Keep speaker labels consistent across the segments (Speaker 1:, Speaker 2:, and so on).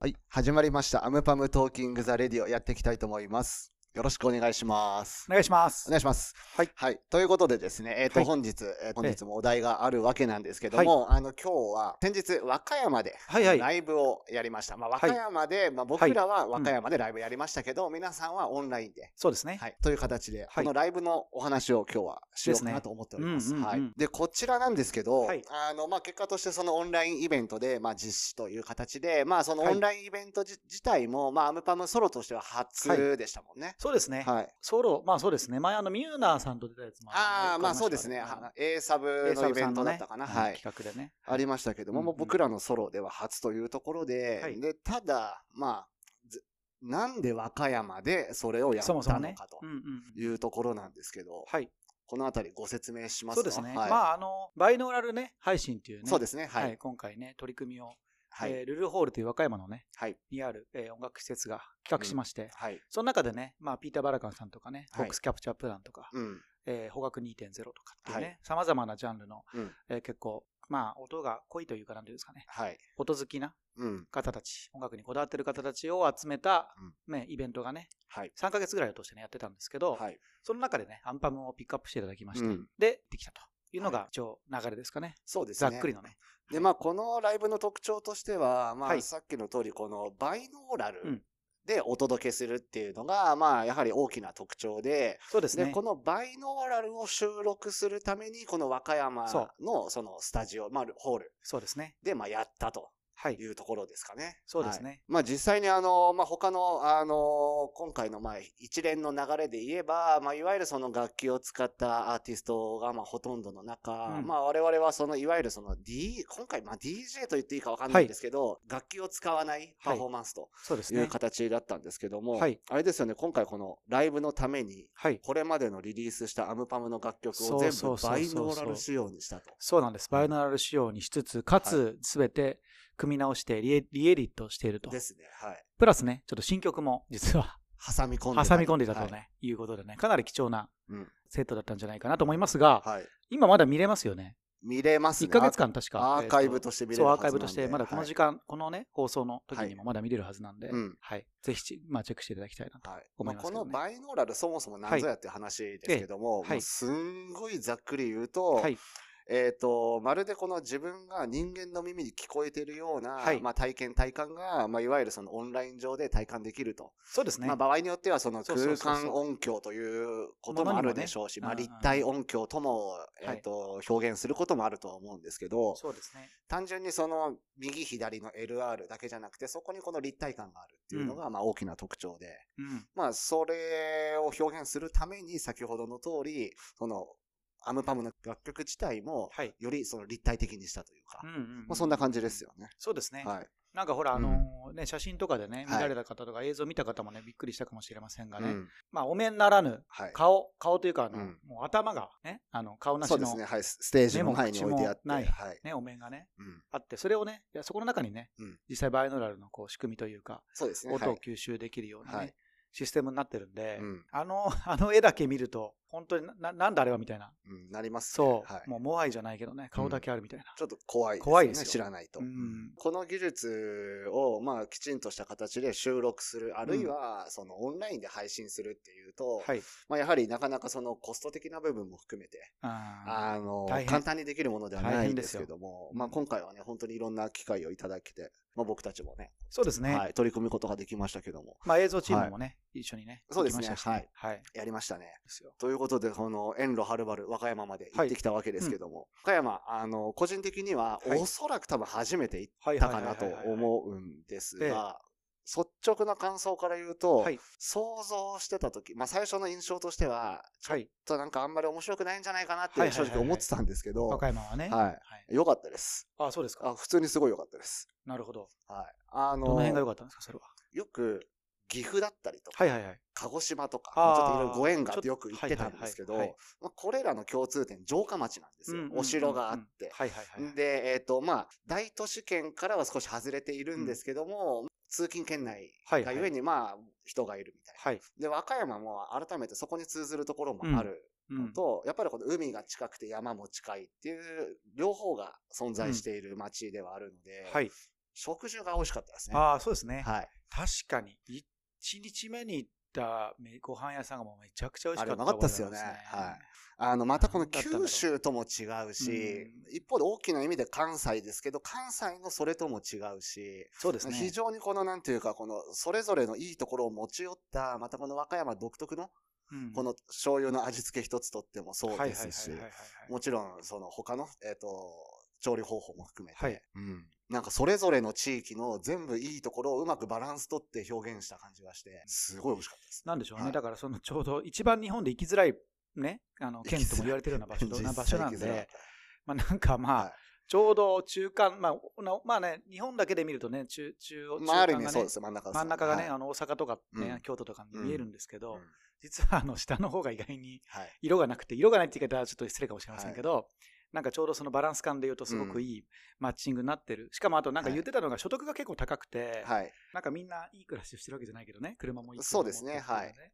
Speaker 1: はい、始まりました。アムパムトーキングザレディオやっていきたいと思います。よろしくお願いします
Speaker 2: お。願いします
Speaker 1: お。願いします。
Speaker 2: はい
Speaker 1: ということでですね、えっ、と、
Speaker 2: はい
Speaker 1: 本日、えー本日もお題があるわけなんですけども、あの、今日は、先日、和歌山で、
Speaker 2: はいはい
Speaker 1: ライブをやりました。まあ、和歌山で、まあ、僕らは和歌山でライブやりましたけど、皆さんはオンラインで、
Speaker 2: そうですね。
Speaker 1: はい、という形で、
Speaker 2: はい
Speaker 1: このライブのお話を今日はしようか
Speaker 2: です
Speaker 1: な
Speaker 2: ね
Speaker 1: と思っております。
Speaker 2: うんうんうん
Speaker 1: はい。で、こちらなんですけど、
Speaker 2: はい
Speaker 1: あの、まあ、結果としてそのオンラインイベントで、まあ、実施という形で、まあ、そのオンラインイベントじ、自体も、まあ、アムパムソロとしては初でしたもんね。
Speaker 2: そうですね。
Speaker 1: はい。
Speaker 2: ソロ、まあそうですね。前あのミューナーさんと出たやつもの
Speaker 1: ああ、まあそう
Speaker 2: やっ
Speaker 1: で
Speaker 2: て
Speaker 1: すね。
Speaker 2: ました
Speaker 1: は A サブ
Speaker 2: A
Speaker 1: の
Speaker 2: サ
Speaker 1: イ
Speaker 2: ブ
Speaker 1: ベ
Speaker 2: さ
Speaker 1: ン
Speaker 2: ん
Speaker 1: ト
Speaker 2: の
Speaker 1: だ
Speaker 2: ね
Speaker 1: ったかな。はい。
Speaker 2: 企画でね。
Speaker 1: ありましたけども、
Speaker 2: うんうん
Speaker 1: もう僕らのソロでは初というところで、
Speaker 2: はい
Speaker 1: で、ただ、まあ、ずなんで和歌山でそれをやった
Speaker 2: そ
Speaker 1: の
Speaker 2: もそもね
Speaker 1: か。と
Speaker 2: うんうんうん。
Speaker 1: いうところなんですけど、
Speaker 2: はい。
Speaker 1: このあたりご説明しますか
Speaker 2: そうですね。
Speaker 1: はい
Speaker 2: まああの、バイノーラルね、配信っていうね。
Speaker 1: そうですね。は
Speaker 2: はいい。。今回ね、取り組みを、
Speaker 1: はい。
Speaker 2: えールルホールという和歌山のね、
Speaker 1: はい。
Speaker 2: にある、えー音楽施設が企画しまして、
Speaker 1: はい。
Speaker 2: その中でね、まあ、ピーター・バラカンさんとかね、
Speaker 1: はい
Speaker 2: ボックスキャプチャープランとか、
Speaker 1: うん。
Speaker 2: えー、捕獲2.0とかっていう
Speaker 1: は
Speaker 2: ね、さまざまなジャンルの、
Speaker 1: うん
Speaker 2: えー結構、まあ、音が濃いというか、なんていうんですかね、
Speaker 1: はい。
Speaker 2: 音好きな
Speaker 1: うん。
Speaker 2: 方たち、音楽にこだわってる方たちを集めた
Speaker 1: うん、
Speaker 2: ね、イベントがね、
Speaker 1: はい。
Speaker 2: 3ヶ月ぐらいを通してね、やってたんですけど、
Speaker 1: はい。
Speaker 2: その中でね、アンパムをピックアップしていただきまして、
Speaker 1: うん
Speaker 2: で、できたというのが一応流れですかね。
Speaker 1: そうです
Speaker 2: ざ
Speaker 1: ね。
Speaker 2: っくりのね。
Speaker 1: で、まあ、このライブの特徴としては、ま
Speaker 2: は
Speaker 1: あ、
Speaker 2: い
Speaker 1: さっきの通り、このバイノーラ
Speaker 2: う
Speaker 1: ル
Speaker 2: ん
Speaker 1: でお届けするっていうのが、まあ、やはり大きな特徴で、
Speaker 2: そうです
Speaker 1: で、
Speaker 2: ね。
Speaker 1: このバイノーラルを収録するために、この和歌山
Speaker 2: そう
Speaker 1: のそのスタジオ、まあ、ホール
Speaker 2: そうですね。
Speaker 1: で、まあ、やったと
Speaker 2: はい
Speaker 1: い。うところですかね。
Speaker 2: そうですね
Speaker 1: はいまあ実際にあの、まあ他の、あの、今回のまあ一連の流れで言えば、まあいわゆるその楽器を使ったアーティストがまあほとんどの中、
Speaker 2: うん
Speaker 1: まあ我々はそのいわゆるその D、今回まあ DJ と言っていいかわかんないんですけど、楽器を使わないパフォーマンスと
Speaker 2: そうです
Speaker 1: い
Speaker 2: ね
Speaker 1: う。形だったんですけども、
Speaker 2: はい
Speaker 1: あれですよね、今回このライブのために、
Speaker 2: はい。
Speaker 1: これまでのリリースしたアムパムの楽曲
Speaker 2: そ
Speaker 1: を
Speaker 2: う
Speaker 1: 全
Speaker 2: そう
Speaker 1: 部
Speaker 2: そうそう
Speaker 1: バイノーラル仕様にしたと。
Speaker 2: そうなんです。バイナル仕様にしつつ、かつ、すべて組み直してリエ、リエディットしていると
Speaker 1: で。すね、はい。
Speaker 2: プラスね、ちょっと新曲も、実は、
Speaker 1: 挟み込んでたり
Speaker 2: 挟み込んでいたと
Speaker 1: はい
Speaker 2: ね、い、うことでね、かなり貴重な
Speaker 1: うん
Speaker 2: セットだったんじゃないかなと思いますが、
Speaker 1: はい。
Speaker 2: 今まだ見れますよね。
Speaker 1: 見れます
Speaker 2: 1
Speaker 1: ね。
Speaker 2: ヶ月間確か。
Speaker 1: アーカイブとして見れる
Speaker 2: そう、
Speaker 1: は
Speaker 2: ア
Speaker 1: ず
Speaker 2: ー
Speaker 1: な
Speaker 2: カ
Speaker 1: ん
Speaker 2: イ
Speaker 1: で
Speaker 2: ブとして、まだこの時間、このね、放送の時にもまだ見れるはずなんで、
Speaker 1: はいうん
Speaker 2: はい。ぜひち、まあ、チェックしていただきたいなと。
Speaker 1: はい
Speaker 2: 思
Speaker 1: まあ、
Speaker 2: います
Speaker 1: こ
Speaker 2: けどね
Speaker 1: のバイノーラルそもそも何ぞやって話ですけども、
Speaker 2: い
Speaker 1: もうすんごいざっくり言うと、
Speaker 2: はい。
Speaker 1: えっ、と、まるでこの自分が人間の耳に聞こえてるような、
Speaker 2: はい
Speaker 1: まあ、体験、体感が、まあ、いわゆるそのオンライン上で体感できると。
Speaker 2: そうですね。
Speaker 1: まあ、場合によってはその
Speaker 2: そうそ
Speaker 1: 空
Speaker 2: うそうそう
Speaker 1: 間音響ということもあるでしょうし、
Speaker 2: も
Speaker 1: まあ、
Speaker 2: のにもね
Speaker 1: 立体音響とも、
Speaker 2: うんうん
Speaker 1: えっ、と、表現することもあるとは思うんですけど、
Speaker 2: そうですね。
Speaker 1: 単純にその右左の LR だけじゃなくて、そこにこの立体感があるっていうのが、まあ、大きな特徴で。
Speaker 2: うん。
Speaker 1: まあ、それを表現するために、先ほどの通り、その、アムパムの楽曲自体も、
Speaker 2: はい。
Speaker 1: よりその立体的にしたというか、
Speaker 2: うん
Speaker 1: ま
Speaker 2: うんうん
Speaker 1: あ、そんな感じです。よね。
Speaker 2: そうですね。
Speaker 1: はい。
Speaker 2: なんかほら、あのーね、写真とかでね、
Speaker 1: はい
Speaker 2: 見られた方とか映像見た方もね、びっくりしたかもしれませんが
Speaker 1: う
Speaker 2: ね、
Speaker 1: ん
Speaker 2: まあ、お面ならぬ、
Speaker 1: はい。
Speaker 2: 顔、顔というか、あの、
Speaker 1: うん
Speaker 2: もう頭がね、あの、顔なし
Speaker 1: そ
Speaker 2: の
Speaker 1: うですね。はい。スステージの
Speaker 2: 目も
Speaker 1: 前に置いてあって。
Speaker 2: 口もない
Speaker 1: はい。
Speaker 2: ね、お面がね、
Speaker 1: うん
Speaker 2: あって、それをね、いやそこの中にね、
Speaker 1: うん
Speaker 2: 実際バイノーラルのこう仕組みというか、
Speaker 1: そうですね。
Speaker 2: 音
Speaker 1: は
Speaker 2: を
Speaker 1: い
Speaker 2: 吸収できるようなね、
Speaker 1: はい
Speaker 2: システムになってるんで、
Speaker 1: うん
Speaker 2: あの、 あの絵だけ見ると、本当にな、なんだあれはみたいな。
Speaker 1: うん、なりますね。
Speaker 2: そう、
Speaker 1: はい。
Speaker 2: もうモアイじゃないけどね、顔だけあるみたいな。
Speaker 1: ちょっと怖いです、ね。
Speaker 2: 怖いですよ
Speaker 1: 知らないと。
Speaker 2: うん
Speaker 1: この技術を、まあ、きちんとした形で収録する、あるいは、その、オンラインで配信するっていうと、
Speaker 2: はい。
Speaker 1: まあ、やはりなかなかその、コスト的な部分も含めて、
Speaker 2: あ
Speaker 1: あの
Speaker 2: 大、変
Speaker 1: 簡単にできるものではな
Speaker 2: 大
Speaker 1: いん
Speaker 2: 変
Speaker 1: で
Speaker 2: ですす
Speaker 1: け
Speaker 2: よ
Speaker 1: ども、まあ今回はね、本当にいろんな機会をいただけて、まあ僕たちもね、
Speaker 2: ーそうですね。
Speaker 1: はい、取り組むことができましたけども、
Speaker 2: まあ映像チームもね、一緒にね、
Speaker 1: そうですね
Speaker 2: 行きましたしねはい。
Speaker 1: やりましたね。
Speaker 2: ですよ。
Speaker 1: ということで、この遠路はるばる和歌山まで行ってきたわけですけども、和歌山、あの、個人的には、
Speaker 2: はい
Speaker 1: おそらく多分初めて行っ
Speaker 2: はい
Speaker 1: たかなと
Speaker 2: う。
Speaker 1: 思うんです
Speaker 2: ええ
Speaker 1: が、率直な感想から言うと、
Speaker 2: はい。
Speaker 1: 想像してた時、まあ最初の印象としては、
Speaker 2: はい。
Speaker 1: ちょっとなんかあんまり面白くないんじゃないかなっ
Speaker 2: は
Speaker 1: て
Speaker 2: いはい
Speaker 1: 正
Speaker 2: はいはい
Speaker 1: 直思ってたんですけど、
Speaker 2: 和歌
Speaker 1: は
Speaker 2: 山はね。
Speaker 1: い。良かったです。
Speaker 2: あ、そうです
Speaker 1: あ
Speaker 2: か。
Speaker 1: 普通にすごい良かったです。
Speaker 2: なるほど。
Speaker 1: はい。あ
Speaker 2: どの辺が
Speaker 1: の、
Speaker 2: 良かったんですか、それは。
Speaker 1: よく、岐阜だったりとか、
Speaker 2: はいはいはい。
Speaker 1: 鹿児島とか、
Speaker 2: あー
Speaker 1: ちょっといろいろご縁があって
Speaker 2: ちょ
Speaker 1: よ
Speaker 2: っ
Speaker 1: く言
Speaker 2: と
Speaker 1: ってたんですけど、
Speaker 2: はいはいはい
Speaker 1: まあ、これらの共通点、城下町なんですよ。
Speaker 2: うんうんうんうん
Speaker 1: お城があって。
Speaker 2: はいはいはい。
Speaker 1: で、えっ、と、まあ、大都市圏からは少し外れているんですけども、通勤圏内
Speaker 2: はい
Speaker 1: が
Speaker 2: はい
Speaker 1: ゆえに、まあ、人がいるみたいな。
Speaker 2: はい。
Speaker 1: で、和歌山も改めてそこに通ずるところもある
Speaker 2: うん。
Speaker 1: と、やっぱりこの海が近くて山も近いっていう、両方が存在している街ではあるので、
Speaker 2: はい。
Speaker 1: 食事が美味しかったですね。は
Speaker 2: ああ、そうですね。
Speaker 1: い。
Speaker 2: 確かに、1日目に行っためご飯屋さんがもうめちゃくちゃ美味しかった
Speaker 1: あれうまかったっすよね
Speaker 2: 覚えがあります
Speaker 1: あの、またこの
Speaker 2: なんだったんだ
Speaker 1: 九
Speaker 2: ろう
Speaker 1: 州とも違うし、一方で大きな意味で関西ですけど、関西のそれとも違うし、
Speaker 2: そうですね。
Speaker 1: 非常にこのなんていうか、このそれぞれのいいところを持ち寄った、またこの和歌山独特の
Speaker 2: うん
Speaker 1: この醤油の味付け一つとってもそう
Speaker 2: はい
Speaker 1: で
Speaker 2: はいはい
Speaker 1: すし
Speaker 2: はい、はい
Speaker 1: もちろんその他の、えっ、と、調理方法も含めて、
Speaker 2: はい
Speaker 1: うんなんかそれぞれの地域の全部いいところをうまくバランスとって表現した感じがして、すごい美味しかったです。
Speaker 2: なんでしょうね、
Speaker 1: はい
Speaker 2: だからそのちょうど一番日本で行きづらい、ね、あの県とも言われてるような場所
Speaker 1: 実際
Speaker 2: な場所なん
Speaker 1: 行きづらかっ
Speaker 2: で、
Speaker 1: た
Speaker 2: まあ、なんかまあ、
Speaker 1: はい
Speaker 2: ちょうど中間、まあおな、まあね、日本だけで見るとね、中中央中
Speaker 1: まあ、ある意
Speaker 2: 間
Speaker 1: 味
Speaker 2: が
Speaker 1: そう
Speaker 2: ね
Speaker 1: で、す、真ん中です
Speaker 2: 真ん中がね、
Speaker 1: はい
Speaker 2: あの大阪とか、ね
Speaker 1: うん
Speaker 2: 京都とかに見えるんですけ
Speaker 1: う
Speaker 2: ど、
Speaker 1: ん
Speaker 2: 実はあの下の方が意外に
Speaker 1: はい。
Speaker 2: 色がなくて、色がないって言い方はちょっと失礼かもしれませんけど、なんかちょうどそのバランス感で言うとすごくいいマッチングになってる。しかもあとなんか言ってたのが所得が結構高くて、
Speaker 1: はい。
Speaker 2: なんかみんないい暮らしをしてるわけじゃないけどね、車もいい
Speaker 1: そうですね
Speaker 2: 車も持って
Speaker 1: はい
Speaker 2: ってうのね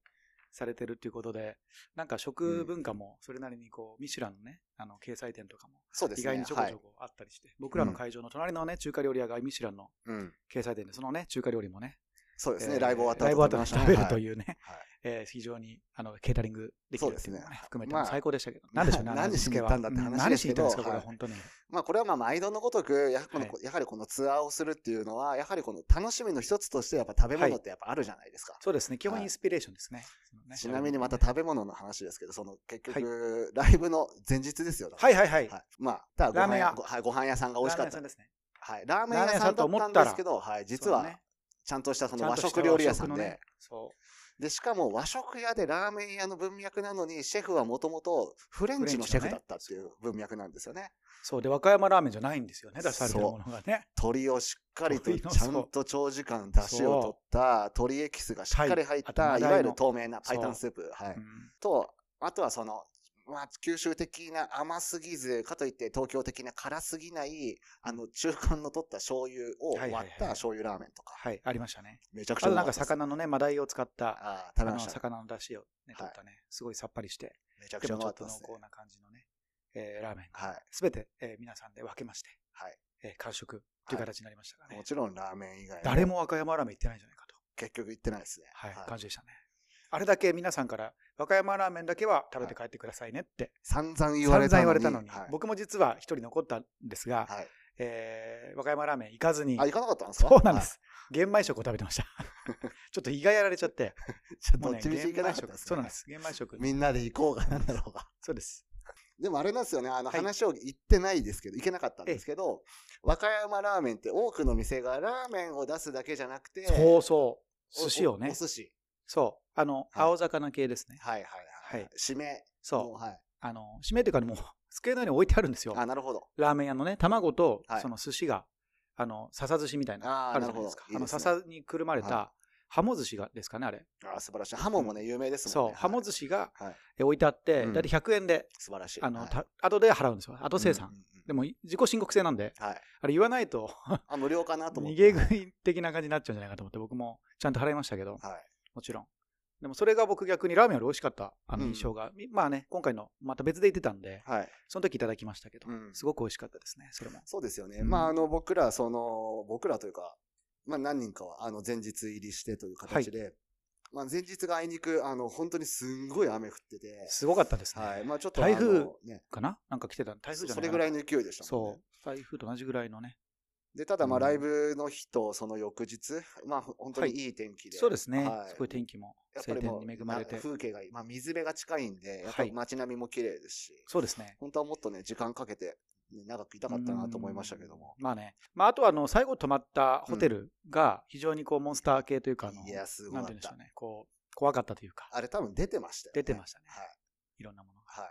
Speaker 2: されてるっていうことで、なんか食文化もそれなりにこう、ミシュランのね、あの、掲載店とかも
Speaker 1: そうです
Speaker 2: 意
Speaker 1: ね。
Speaker 2: 外にちょこ
Speaker 1: は
Speaker 2: ち
Speaker 1: い
Speaker 2: ょこあったりして、僕らの会場の隣のね、中華料理屋がミシュランの
Speaker 1: うん。
Speaker 2: 掲載店で、そのね、中華料理もね、
Speaker 1: そうです
Speaker 2: え
Speaker 1: ね。
Speaker 2: ー
Speaker 1: ライブ終わった
Speaker 2: ライブ終わ
Speaker 1: 後
Speaker 2: った
Speaker 1: 食
Speaker 2: 後
Speaker 1: べ
Speaker 2: に
Speaker 1: ま
Speaker 2: 食べ
Speaker 1: した
Speaker 2: る
Speaker 1: ね
Speaker 2: というね、
Speaker 1: はい
Speaker 2: えー非常にあのケータリングできるっていうのも
Speaker 1: そうです
Speaker 2: ね
Speaker 1: ね
Speaker 2: 含めて
Speaker 1: ま
Speaker 2: も
Speaker 1: あ
Speaker 2: 最高でしたけど、なんでしょうね、
Speaker 1: まあ
Speaker 2: あの
Speaker 1: 何しに行ったんだって
Speaker 2: うん
Speaker 1: 話ですけど
Speaker 2: 何しに行ったんですか、これ
Speaker 1: はい
Speaker 2: 本当に。
Speaker 1: まあこれはまあ毎度のごとく、やはこの
Speaker 2: はい
Speaker 1: やはりこのツアーをするっていうのは、やはりこの楽しみの一つとしてやっぱ食べ物ってやっぱあるじゃないですか。
Speaker 2: そうですね、基本インスピレーションですね。そのね
Speaker 1: ちなみにまた食べ物の話ですけど、その結局、ライブの前日ですよ。だから
Speaker 2: はいはいはい。
Speaker 1: はい。まあ、ただご
Speaker 2: ラーメン
Speaker 1: 飯
Speaker 2: 屋
Speaker 1: 屋、ごはいご飯屋さんが美味しか
Speaker 2: ラー
Speaker 1: っ
Speaker 2: メン屋さ
Speaker 1: た
Speaker 2: ん。ですね。
Speaker 1: はい。ラーメン
Speaker 2: ラーメン
Speaker 1: 屋
Speaker 2: 屋さ
Speaker 1: さ
Speaker 2: ん
Speaker 1: ん
Speaker 2: と
Speaker 1: だ
Speaker 2: 思っ
Speaker 1: ったた
Speaker 2: ら
Speaker 1: んですけど、はい。実
Speaker 2: そうだ
Speaker 1: は
Speaker 2: ね、
Speaker 1: ちゃんとしたそ
Speaker 2: ちゃ
Speaker 1: の
Speaker 2: ん
Speaker 1: 和
Speaker 2: とした
Speaker 1: 食料理屋さん
Speaker 2: 和食の
Speaker 1: で
Speaker 2: ね、そう。
Speaker 1: で、しかも和食屋でラーメン屋の文脈なのに、シェフはもともとフレンチのシェフだったっていう文脈なんですよね。
Speaker 2: そうで、和歌山ラーメンじゃないんですよね、出されてるものがね。
Speaker 1: 鶏をしっかりと
Speaker 2: 鶏の
Speaker 1: ちゃんと長時間出汁を取った鶏エキスがしっかり入っ
Speaker 2: は
Speaker 1: た、
Speaker 2: い
Speaker 1: い
Speaker 2: あとマダイの
Speaker 1: わゆる透明なパイタンスープ。はい。
Speaker 2: うん
Speaker 1: と、あとはその、まあ、九州的な甘すぎず、かといって東京的な辛すぎない、あの、中間の取った醤油を
Speaker 2: はいはい
Speaker 1: 割
Speaker 2: はい
Speaker 1: った醤油ラーメンとか、
Speaker 2: はい、ありましたね。
Speaker 1: めちゃくち
Speaker 2: あ
Speaker 1: ゃ
Speaker 2: と
Speaker 1: う
Speaker 2: な
Speaker 1: まか
Speaker 2: んか
Speaker 1: ったです。
Speaker 2: 魚のね、マダイを使った、
Speaker 1: ああ、
Speaker 2: あ
Speaker 1: 食べま
Speaker 2: の、
Speaker 1: した。
Speaker 2: 魚の出汁をね、取ったね、すごいさっぱりして、
Speaker 1: めちゃく
Speaker 2: で
Speaker 1: ちゃう
Speaker 2: も
Speaker 1: ま
Speaker 2: ち
Speaker 1: か
Speaker 2: ょっ
Speaker 1: った
Speaker 2: と
Speaker 1: で
Speaker 2: 濃
Speaker 1: すね。
Speaker 2: 厚な感じのね、えーラーメンが、
Speaker 1: は
Speaker 2: すべて、えー皆さんで分けまして、
Speaker 1: はい
Speaker 2: えー完食という形になりましたから
Speaker 1: い。
Speaker 2: ね
Speaker 1: も。ちろんラーメン以外
Speaker 2: 誰も和歌山ラーメン行ってないんじゃないかと、
Speaker 1: 結局行ってないですね。
Speaker 2: はい
Speaker 1: はい
Speaker 2: 感じでしたね。あれだけ皆さんから、和歌山ラーメンだけは食べて帰ってくださいねって、
Speaker 1: 散々言わ
Speaker 2: 散
Speaker 1: れ
Speaker 2: 々
Speaker 1: たのに。
Speaker 2: 言われたのに、
Speaker 1: はい
Speaker 2: 僕も実は一人残ったんですが、
Speaker 1: はい。
Speaker 2: えー和歌山ラーメン行かずに
Speaker 1: あ、、行かなかったんですか
Speaker 2: そうなんで。す。玄米食を食べて ました。ちょっと胃がやられちゃって。
Speaker 1: はいちょっと
Speaker 2: もう
Speaker 1: ど
Speaker 2: ね
Speaker 1: っちみち行かなかった
Speaker 2: 玄
Speaker 1: です、ね。
Speaker 2: 米食そうなんで。す。玄米食。
Speaker 1: みんなで行こうがなんだろうが。
Speaker 2: そうです。
Speaker 1: でもあれなんですよね、あの
Speaker 2: はい
Speaker 1: 話を言ってないですけど、いけなかったんですけど、和歌山ラーメンって多くの店がラーメンを出すだけじゃなくて、
Speaker 2: そうそう。
Speaker 1: お
Speaker 2: 寿司を
Speaker 1: お
Speaker 2: ね
Speaker 1: お。寿司。
Speaker 2: そう。あの、
Speaker 1: い
Speaker 2: 青魚系ですね。
Speaker 1: はいはいはい。
Speaker 2: はい
Speaker 1: 締め。も
Speaker 2: そ
Speaker 1: う
Speaker 2: う。
Speaker 1: はい。
Speaker 2: あの、締めというかもう、 机の上に置いてあるんですよ。
Speaker 1: あ、なるほど。
Speaker 2: ラーメン屋のね、卵と
Speaker 1: は、い
Speaker 2: その寿司が、あの、笹寿司みたいな、
Speaker 1: あー
Speaker 2: あるじゃないですか。
Speaker 1: な
Speaker 2: あ
Speaker 1: るほどいい
Speaker 2: の、
Speaker 1: ですね
Speaker 2: 笹にくるまれた
Speaker 1: は、
Speaker 2: ハモ寿司がですかね、あれ。
Speaker 1: あ素晴らしい。ハモもね、有名ですもん
Speaker 2: そ
Speaker 1: ね。
Speaker 2: う。ハモ
Speaker 1: 司。
Speaker 2: 寿司が
Speaker 1: はい。
Speaker 2: え置いてあって、
Speaker 1: うん
Speaker 2: だいたい100円で、
Speaker 1: 素晴らしい。
Speaker 2: あの、
Speaker 1: はい
Speaker 2: た後で払うんですよ。後生産。。で
Speaker 1: も、
Speaker 2: も、自己申告制なんで、
Speaker 1: はい。
Speaker 2: あれ言わないと、
Speaker 1: あ、無料かなと思っ
Speaker 2: 逃
Speaker 1: て。
Speaker 2: げ食い的な感じになっちゃうんじゃないかと思って、僕もちゃんと払いましたけど、
Speaker 1: はい。
Speaker 2: もちろん。でもそれが僕逆にラーメンより美味しかったあの
Speaker 1: うん
Speaker 2: 印象が、みまあね、今回のまた別で行ってたんで、
Speaker 1: はい。
Speaker 2: その時いただきましたけど、
Speaker 1: うん
Speaker 2: すごく美味しかったですね、それも。
Speaker 1: そうですよね。
Speaker 2: うん
Speaker 1: まあ、あの、僕ら、その、僕らというか、まあ、何人かは、あの、前日入りしてという形で、まあ、前日があいにく、あの、本当にすんごい雨降ってて、
Speaker 2: すごかったですね。
Speaker 1: はい。まあ、ちょっと、
Speaker 2: 台風
Speaker 1: あのね、
Speaker 2: かななんか来てた台風じゃない
Speaker 1: それぐらい
Speaker 2: の
Speaker 1: の勢いでしたもん
Speaker 2: そ
Speaker 1: ね。
Speaker 2: う。台風と同じぐらいのね。
Speaker 1: で、ただ、ま
Speaker 2: う
Speaker 1: あ、
Speaker 2: ん
Speaker 1: ライブの日と、その翌日、まあ、ほ本当にいい天気で。
Speaker 2: そうですね。
Speaker 1: はい
Speaker 2: すごい天気も
Speaker 1: やっぱ
Speaker 2: 晴
Speaker 1: り
Speaker 2: 天
Speaker 1: もう
Speaker 2: に恵まれて
Speaker 1: な。風景がいい。まあ、水辺が近いんで、やっぱ
Speaker 2: はい
Speaker 1: り街並みも綺麗ですし、
Speaker 2: そうですね。
Speaker 1: 本当はもっとね、時間かけて、ね長くいたかったなと思いましたけども。
Speaker 2: うん。まあね。まああとはあの、最後泊まったホテルが非常にこうモンスター系というか、あの、
Speaker 1: いや、すごか
Speaker 2: なん
Speaker 1: って
Speaker 2: 言うんでしたょう。ね。こう、怖かったというか、
Speaker 1: あれ多分出てましたよね。
Speaker 2: 出てましたね。
Speaker 1: はい。
Speaker 2: いろんなものが。
Speaker 1: はい。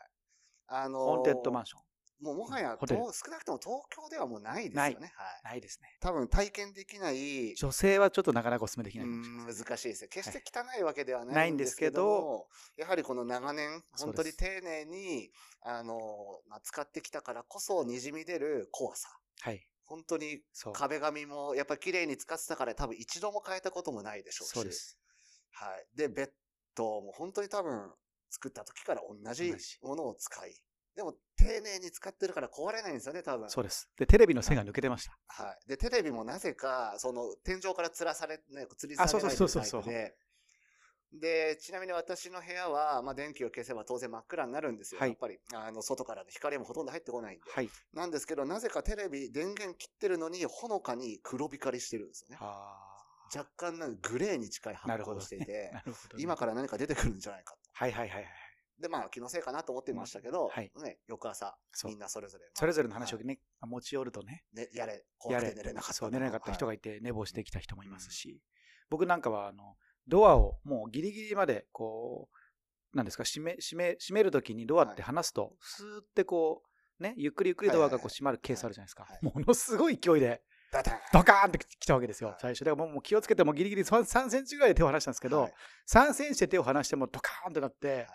Speaker 1: あのー
Speaker 2: ホーンテッドマンション。
Speaker 1: もうもはや、
Speaker 2: ホテル
Speaker 1: と少なくとも東京ではもうないですよ
Speaker 2: な
Speaker 1: ね。
Speaker 2: い
Speaker 1: はい。
Speaker 2: ないですね。
Speaker 1: 多分体験できない、
Speaker 2: 女性はちょっとなかなかお勧めでき
Speaker 1: う
Speaker 2: ないかもしれ
Speaker 1: ん難しいですね。決して汚いわけでは
Speaker 2: な
Speaker 1: ないい
Speaker 2: ん
Speaker 1: ん
Speaker 2: で
Speaker 1: ですす
Speaker 2: け
Speaker 1: け
Speaker 2: ど
Speaker 1: ど、やはりこの長年、
Speaker 2: そう
Speaker 1: 本
Speaker 2: です
Speaker 1: 当に丁寧に、あのー、まあ使ってきたからこそにじみ出る怖さ。
Speaker 2: ない。はい。
Speaker 1: 本当に
Speaker 2: そう。
Speaker 1: 壁紙もやっぱり綺麗に使ってたから多分一度も変えたこともないでしょうし。
Speaker 2: そうです。
Speaker 1: はい。で、ベッドも本当に多分、作った時から同じ
Speaker 2: 同じ
Speaker 1: ものを使い、でも丁寧に使ってるから壊れないんですよね、多分。
Speaker 2: そうです。で、テレビの線が抜けてました。
Speaker 1: はい。で、テレビもなぜか、その、天井から吊らされ、ね、吊り下
Speaker 2: あそ
Speaker 1: げられ
Speaker 2: うそう
Speaker 1: て
Speaker 2: そう
Speaker 1: る
Speaker 2: そう
Speaker 1: タ
Speaker 2: そう
Speaker 1: イプで、で、ちなみに私の部屋は、まあ、電気を消せば当然真っ暗になるんですよ。
Speaker 2: はい
Speaker 1: やっぱり、あの、外からの光もほとんど入ってこないんで。
Speaker 2: はい。
Speaker 1: なんですけど、なぜかテレビ、電源切ってるのに、ほのかに黒光りしてるんですよね。
Speaker 2: あ
Speaker 1: 若干なんかグレーに近い
Speaker 2: な
Speaker 1: 発
Speaker 2: る
Speaker 1: 光
Speaker 2: ほ
Speaker 1: を
Speaker 2: どね
Speaker 1: していて
Speaker 2: あ。、 なるほどね、
Speaker 1: 今から何か出てくるんじゃないかと。
Speaker 2: はいはいはいはい。
Speaker 1: で、まあ、気のせいかなと思ってましたけど、
Speaker 2: はい
Speaker 1: ね、翌朝、
Speaker 2: そう
Speaker 1: みんなそれぞれ。
Speaker 2: それぞれの話を
Speaker 1: は
Speaker 2: ね、持ち寄るとね、
Speaker 1: いね、やれ、
Speaker 2: や
Speaker 1: 怖く
Speaker 2: れ
Speaker 1: て寝れなかったと。
Speaker 2: そう、寝れなかった人
Speaker 1: はい
Speaker 2: がいて、寝坊してきた人もいますし、僕なんかは、あの、ドアをもうギリギリまで、こう、なんですか、閉め、閉め、閉めるときにドアって離すと、スーってこう、ね、ゆっくりゆっくりドアがこう閉まるケースあるじゃないですか
Speaker 1: はい。
Speaker 2: ものすごい勢いで、
Speaker 1: バタン
Speaker 2: ドカーンって来たわけですよ
Speaker 1: はい、
Speaker 2: 最初。だからもうもう気をつけて、もうギリギリ3センチぐらいで手を離したんですけ
Speaker 1: は
Speaker 2: ど
Speaker 1: い、
Speaker 2: 3センチで手を離してもドカーンってなって、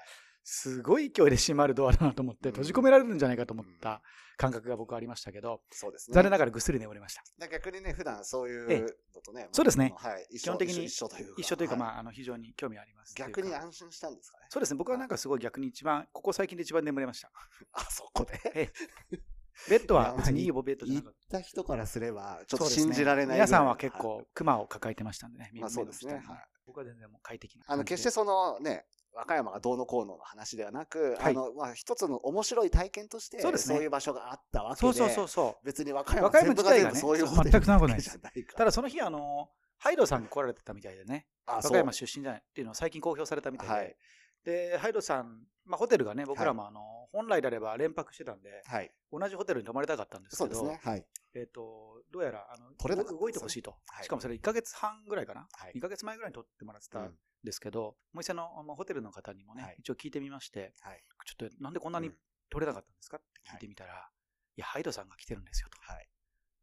Speaker 2: すごい勢いで閉まるドアだなと思って、閉じ込められるんじゃないかと思った感覚が僕はありましたけど、
Speaker 1: そうですね。
Speaker 2: 残念ながらぐっすり眠れました。
Speaker 1: だから逆にね、普段そう
Speaker 2: え
Speaker 1: い
Speaker 2: え
Speaker 1: うのとね、
Speaker 2: そうですね
Speaker 1: まあはい、一
Speaker 2: 基
Speaker 1: 緒
Speaker 2: 本的に
Speaker 1: 一緒一緒というか。
Speaker 2: 一緒というか、
Speaker 1: あ、
Speaker 2: まあ、あの非常に興味ありますっていうか。
Speaker 1: 逆に安心したんですかね。
Speaker 2: そうですね、僕はなんかすごい逆に一番、ここ最近で一番眠れました。
Speaker 1: あそこで。
Speaker 2: ベッド
Speaker 1: い
Speaker 2: は
Speaker 1: や
Speaker 2: 別にいいベッドじ
Speaker 1: 行
Speaker 2: ゃな
Speaker 1: っ
Speaker 2: かった。
Speaker 1: た人からすれば、ちょっ
Speaker 2: そ
Speaker 1: と
Speaker 2: うですね
Speaker 1: 信じられないぐらい
Speaker 2: 皆さんは結。構、熊を抱えてましたんでね、
Speaker 1: まあそうですね
Speaker 2: 耳の下に
Speaker 1: はい
Speaker 2: 僕は全然もう快適な
Speaker 1: あ
Speaker 2: 感じで。
Speaker 1: の、決してそのね、和歌山がどうのこうのの話ではなく、
Speaker 2: はい
Speaker 1: あの、まあ一つの面白い体験として、
Speaker 2: そ
Speaker 1: そうう
Speaker 2: ですね
Speaker 1: いう場所があったわけで。
Speaker 2: そうそうそうそ
Speaker 1: 別に和歌山
Speaker 2: 和歌山
Speaker 1: 全部が
Speaker 2: 自体
Speaker 1: 全
Speaker 2: がね
Speaker 1: 部そういう
Speaker 2: そう
Speaker 1: ホテル
Speaker 2: 全くそんなことないです。
Speaker 1: じゃないうか
Speaker 2: た
Speaker 1: ら。
Speaker 2: だその日、あの、ハイドさんが来られてたみたいでね、
Speaker 1: あ、
Speaker 2: 和
Speaker 1: そう
Speaker 2: 歌山出身じゃないっていうのを最近公表されたみたいで、
Speaker 1: はい
Speaker 2: で、ハイドさん、まあ、ホテルがね、僕らもあの、本来であれば連泊してたんで、
Speaker 1: はい。
Speaker 2: 同じホテルに泊まりたかったんです
Speaker 1: そう
Speaker 2: け
Speaker 1: です
Speaker 2: ど、
Speaker 1: ね。はい。
Speaker 2: えっ、と、どうやら、あの、
Speaker 1: 取れなかったんですよ
Speaker 2: 動いてほしいと、
Speaker 1: はい
Speaker 2: しかもそれ1ヶ月半ぐらいかな。
Speaker 1: はい
Speaker 2: 2ヶ月前ぐらいに取ってもらってた
Speaker 1: うん
Speaker 2: んですけど、お店のあのホテルの方にもね、
Speaker 1: はい
Speaker 2: 一応聞いてみまして、
Speaker 1: はい。
Speaker 2: ちょっとなんでこんなに
Speaker 1: うん
Speaker 2: 取れなかったんですかって聞いてみたら、い、や、ハイドさんが来てるんですよと。い、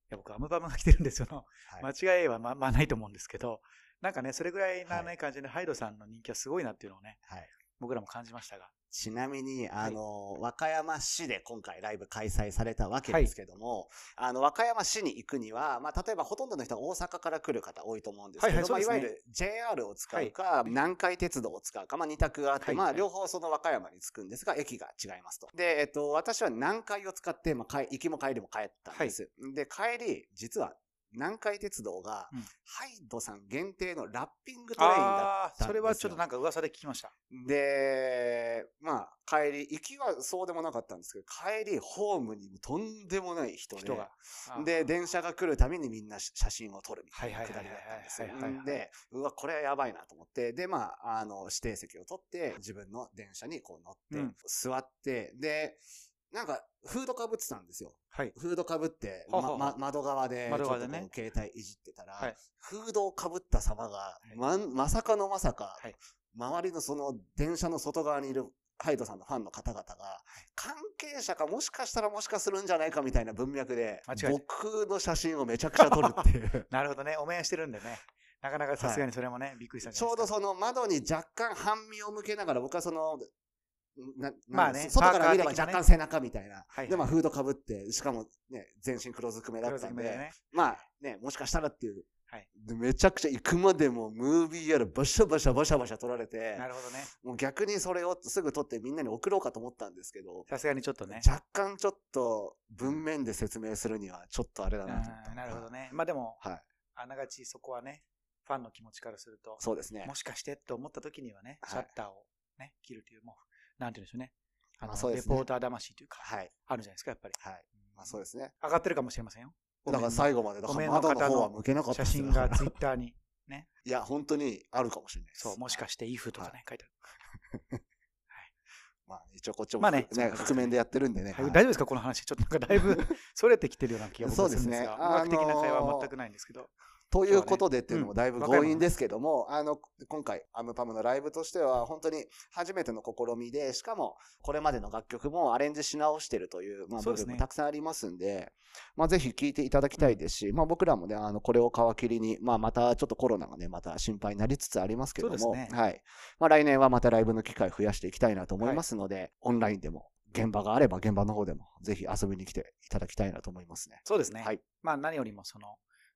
Speaker 2: や、僕、アムバムが来てるんですよの、
Speaker 1: はい
Speaker 2: 間違いはままあないと思うんですけど、なんかね、それぐらいな、ね
Speaker 1: は
Speaker 2: 感じで、ハイドさんの人気はすごいなっていうのをね、
Speaker 1: はい。
Speaker 2: 僕らも感じましたが、
Speaker 1: ちなみに、あの、和歌山市で今回ライブ開催されたわけですけども、あの、和歌山市に行くには、まあ、例えばほとんどの人が大阪から来る方多いと思うんですけど、
Speaker 2: はいはい
Speaker 1: まあ、い
Speaker 2: そう
Speaker 1: わ
Speaker 2: で
Speaker 1: ゆ
Speaker 2: すね
Speaker 1: る JR を使うか、南海鉄道を使うか、まあ、二択があって、
Speaker 2: はい
Speaker 1: ま
Speaker 2: は
Speaker 1: あ、
Speaker 2: い
Speaker 1: 両方その和歌山に着くんですが、駅が違いますと。で、えっと、私は南海を使って、まあ、帰行きも帰りも帰ったんです。で、帰り、実は、南海鉄道が、
Speaker 2: うん
Speaker 1: ハイドさん限定のラッピングトレインだっ
Speaker 2: あーそれはちょっとなんか噂で聞きました。
Speaker 1: で、まあ、帰り、行きはそうでもなかったんですけど、帰り、ホームにとんでもない人で、
Speaker 2: 人が。あー
Speaker 1: で、電車が来るたびにみんなし写真を撮るみたい
Speaker 2: は
Speaker 1: ない
Speaker 2: はい
Speaker 1: く
Speaker 2: は
Speaker 1: だり
Speaker 2: いはい
Speaker 1: だったんですよ
Speaker 2: はいはいはい。
Speaker 1: で、うわ、これはやばいなと思って、で、まあ、あの、指定席を取って、自分の電車にこう乗
Speaker 2: う
Speaker 1: っ
Speaker 2: ん
Speaker 1: て、座って、で、なんか、フードかぶってたんですよ。
Speaker 2: はい。
Speaker 1: フードかぶって、
Speaker 2: ほうほうほ
Speaker 1: ま
Speaker 2: う
Speaker 1: ま窓側で、
Speaker 2: 窓側でね
Speaker 1: ちょっとこう携帯いじってたら、
Speaker 2: はい
Speaker 1: フードをかぶった様が
Speaker 2: い、
Speaker 1: まん、まさかのまさか、
Speaker 2: はい
Speaker 1: 周りのその電車の外側にいるハイドさんのファンの方々が、関係者かもしかしたらもしかするんじゃないかみたいな文脈で
Speaker 2: 間違えて、
Speaker 1: 僕の写真をめちゃくちゃ撮るっていう。
Speaker 2: なるほどね、お面してるんでね、なかなかさすがにそれもね、びっくりしたんじ
Speaker 1: ち
Speaker 2: ゃな
Speaker 1: ょ
Speaker 2: いうで
Speaker 1: ど
Speaker 2: すか。
Speaker 1: その窓に若干半身を向けながら、僕はその、な
Speaker 2: まあ
Speaker 1: なん
Speaker 2: ね
Speaker 1: です外から見れば
Speaker 2: パーカ
Speaker 1: 若
Speaker 2: ー的なね
Speaker 1: 干背中みたいな。
Speaker 2: はいはい
Speaker 1: で、まあ、フードかぶって、しかもね、全身黒ずくめだ
Speaker 2: 黒
Speaker 1: っ
Speaker 2: ず
Speaker 1: た
Speaker 2: く
Speaker 1: ん
Speaker 2: め
Speaker 1: で、
Speaker 2: でね。
Speaker 1: まあね、もしかしたらっていう。
Speaker 2: はい
Speaker 1: でめちゃくちゃ行くまでもムービーやらバシャバシャバシャバシャ撮られて、
Speaker 2: なるほどね。
Speaker 1: もう逆にそれをすぐ撮ってみんなに送ろうかと思ったんですけど、
Speaker 2: さすがにちょっとね。
Speaker 1: 若干ちょっと文面で説明するにはちょっとあれだなと思った。
Speaker 2: うんなるほど。ね。まあでも、
Speaker 1: はい
Speaker 2: あながちそこはね、ファンの気持ちからすると、
Speaker 1: そうですね
Speaker 2: も。しかしてと思った時にはね、
Speaker 1: はい
Speaker 2: シャッターをね、切るという、もう、なんて言うんでしょうね。あの、
Speaker 1: まあそうで
Speaker 2: レ
Speaker 1: すね
Speaker 2: ポーター魂というか、
Speaker 1: はい。
Speaker 2: あるじゃないですか、やっぱり。
Speaker 1: はい。まあそうですね。
Speaker 2: 上がってるかもしれませんよ。
Speaker 1: だから最後まで、だから窓の方は向けなかった
Speaker 2: 写
Speaker 1: ですよ
Speaker 2: 真がツイッターに、
Speaker 1: いや、本当にあるかもしれないです。
Speaker 2: そう、もしかして if とかね、書いて
Speaker 1: まあ一応こっちも、
Speaker 2: まあね
Speaker 1: 覆面でやってるんでね。
Speaker 2: ある。
Speaker 1: はい
Speaker 2: 大丈夫ですかこの話。ちょっとなんかだ いぶ、それてきてるような気が僕はするんです
Speaker 1: そ
Speaker 2: が、
Speaker 1: うですね
Speaker 2: 科学的な会話
Speaker 1: あ
Speaker 2: は
Speaker 1: のー
Speaker 2: 全くないんですけど。
Speaker 1: ということでっていうのもだいぶ
Speaker 2: そうねうん
Speaker 1: 強引ですけども、あの、今回、アムパムのライブとしては、本当に初めての試みで、しかも、これまでの楽曲もアレンジし直してるという、まあ、
Speaker 2: そう
Speaker 1: 部
Speaker 2: です
Speaker 1: 分
Speaker 2: ね
Speaker 1: もたくさんありますんで、まあ、ぜひ聴いていただきたいですし、まあ、僕らもね、あの、これを皮切りに、まあ、またちょっとコロナがね、また心配になりつつありますけど
Speaker 2: そ
Speaker 1: も、
Speaker 2: うですね
Speaker 1: はい。まあ、来年はまたライブの機会増やしていきたいなと思いますので、オンラインでも、現場があれば現場の方でも、ぜひ遊びに来ていただきたいなと思いますね。
Speaker 2: そうですね。
Speaker 1: はい
Speaker 2: まあ何よりもその、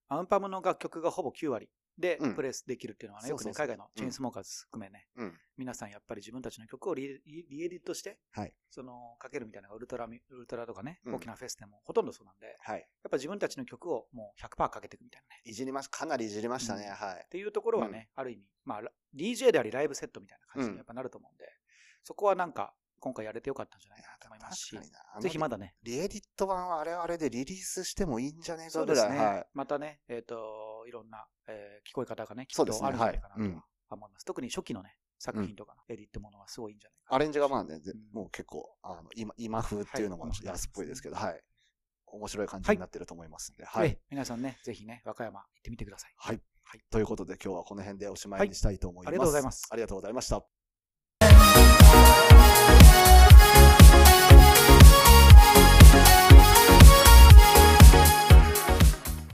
Speaker 2: アンパムの楽曲がほぼ9割で
Speaker 1: うん
Speaker 2: プレスできるっていうのはね、よくね、
Speaker 1: そうそうそう
Speaker 2: 海外のチェーンスモーカーズ含めね、
Speaker 1: うん
Speaker 2: 皆さんやっぱり自分たちの曲をリリリエディットして、
Speaker 1: はい
Speaker 2: そのかけるみたいなのがウルトラミウルトラとかね、
Speaker 1: うん
Speaker 2: 大きなフェスでもほとんどそうなんで、や
Speaker 1: はい。
Speaker 2: っぱ自分たちの曲をもう100%かけていくみたいなね。
Speaker 1: いじります。かなりいじりましたね。
Speaker 2: うん
Speaker 1: はい
Speaker 2: っ。ていうところはね、ある意味、まあ、ラ DJ でありライブセットみたいな感じ
Speaker 1: うん
Speaker 2: にやっぱなると思うんで、そこはなんか、今回やれてよかったんじゃないかなと思いますし
Speaker 1: 確か、になあの
Speaker 2: ぜひまだね、
Speaker 1: リエディット版はあれはあれでリリースしてもいいんじゃねえ
Speaker 2: そ
Speaker 1: か
Speaker 2: う
Speaker 1: ぐ
Speaker 2: です
Speaker 1: らい。
Speaker 2: ね、
Speaker 1: はい。
Speaker 2: またね、えっ、と、いろんな、えー聞こえ方がね、きっ
Speaker 1: そうです
Speaker 2: と
Speaker 1: ね
Speaker 2: あるんじゃないかなと
Speaker 1: は
Speaker 2: はい思
Speaker 1: う
Speaker 2: い
Speaker 1: ん
Speaker 2: ます。特に初期のね、作品とかのエディってものはすごいいいんじゃないか
Speaker 1: アレンジがまあね、ぜ
Speaker 2: うん
Speaker 1: もう結構、あの、今、今風っていうのも
Speaker 2: はい
Speaker 1: 安っぽいですけど、はい。面白い感じになってると思いますんで、
Speaker 2: な。
Speaker 1: はい。
Speaker 2: えー皆さんね、ぜひね、和歌山行ってみてください。
Speaker 1: はい
Speaker 2: はい
Speaker 1: ということで今日はこの辺でおしまいにしたいと思います。
Speaker 2: はいありがとうございます
Speaker 1: ありがとうございました。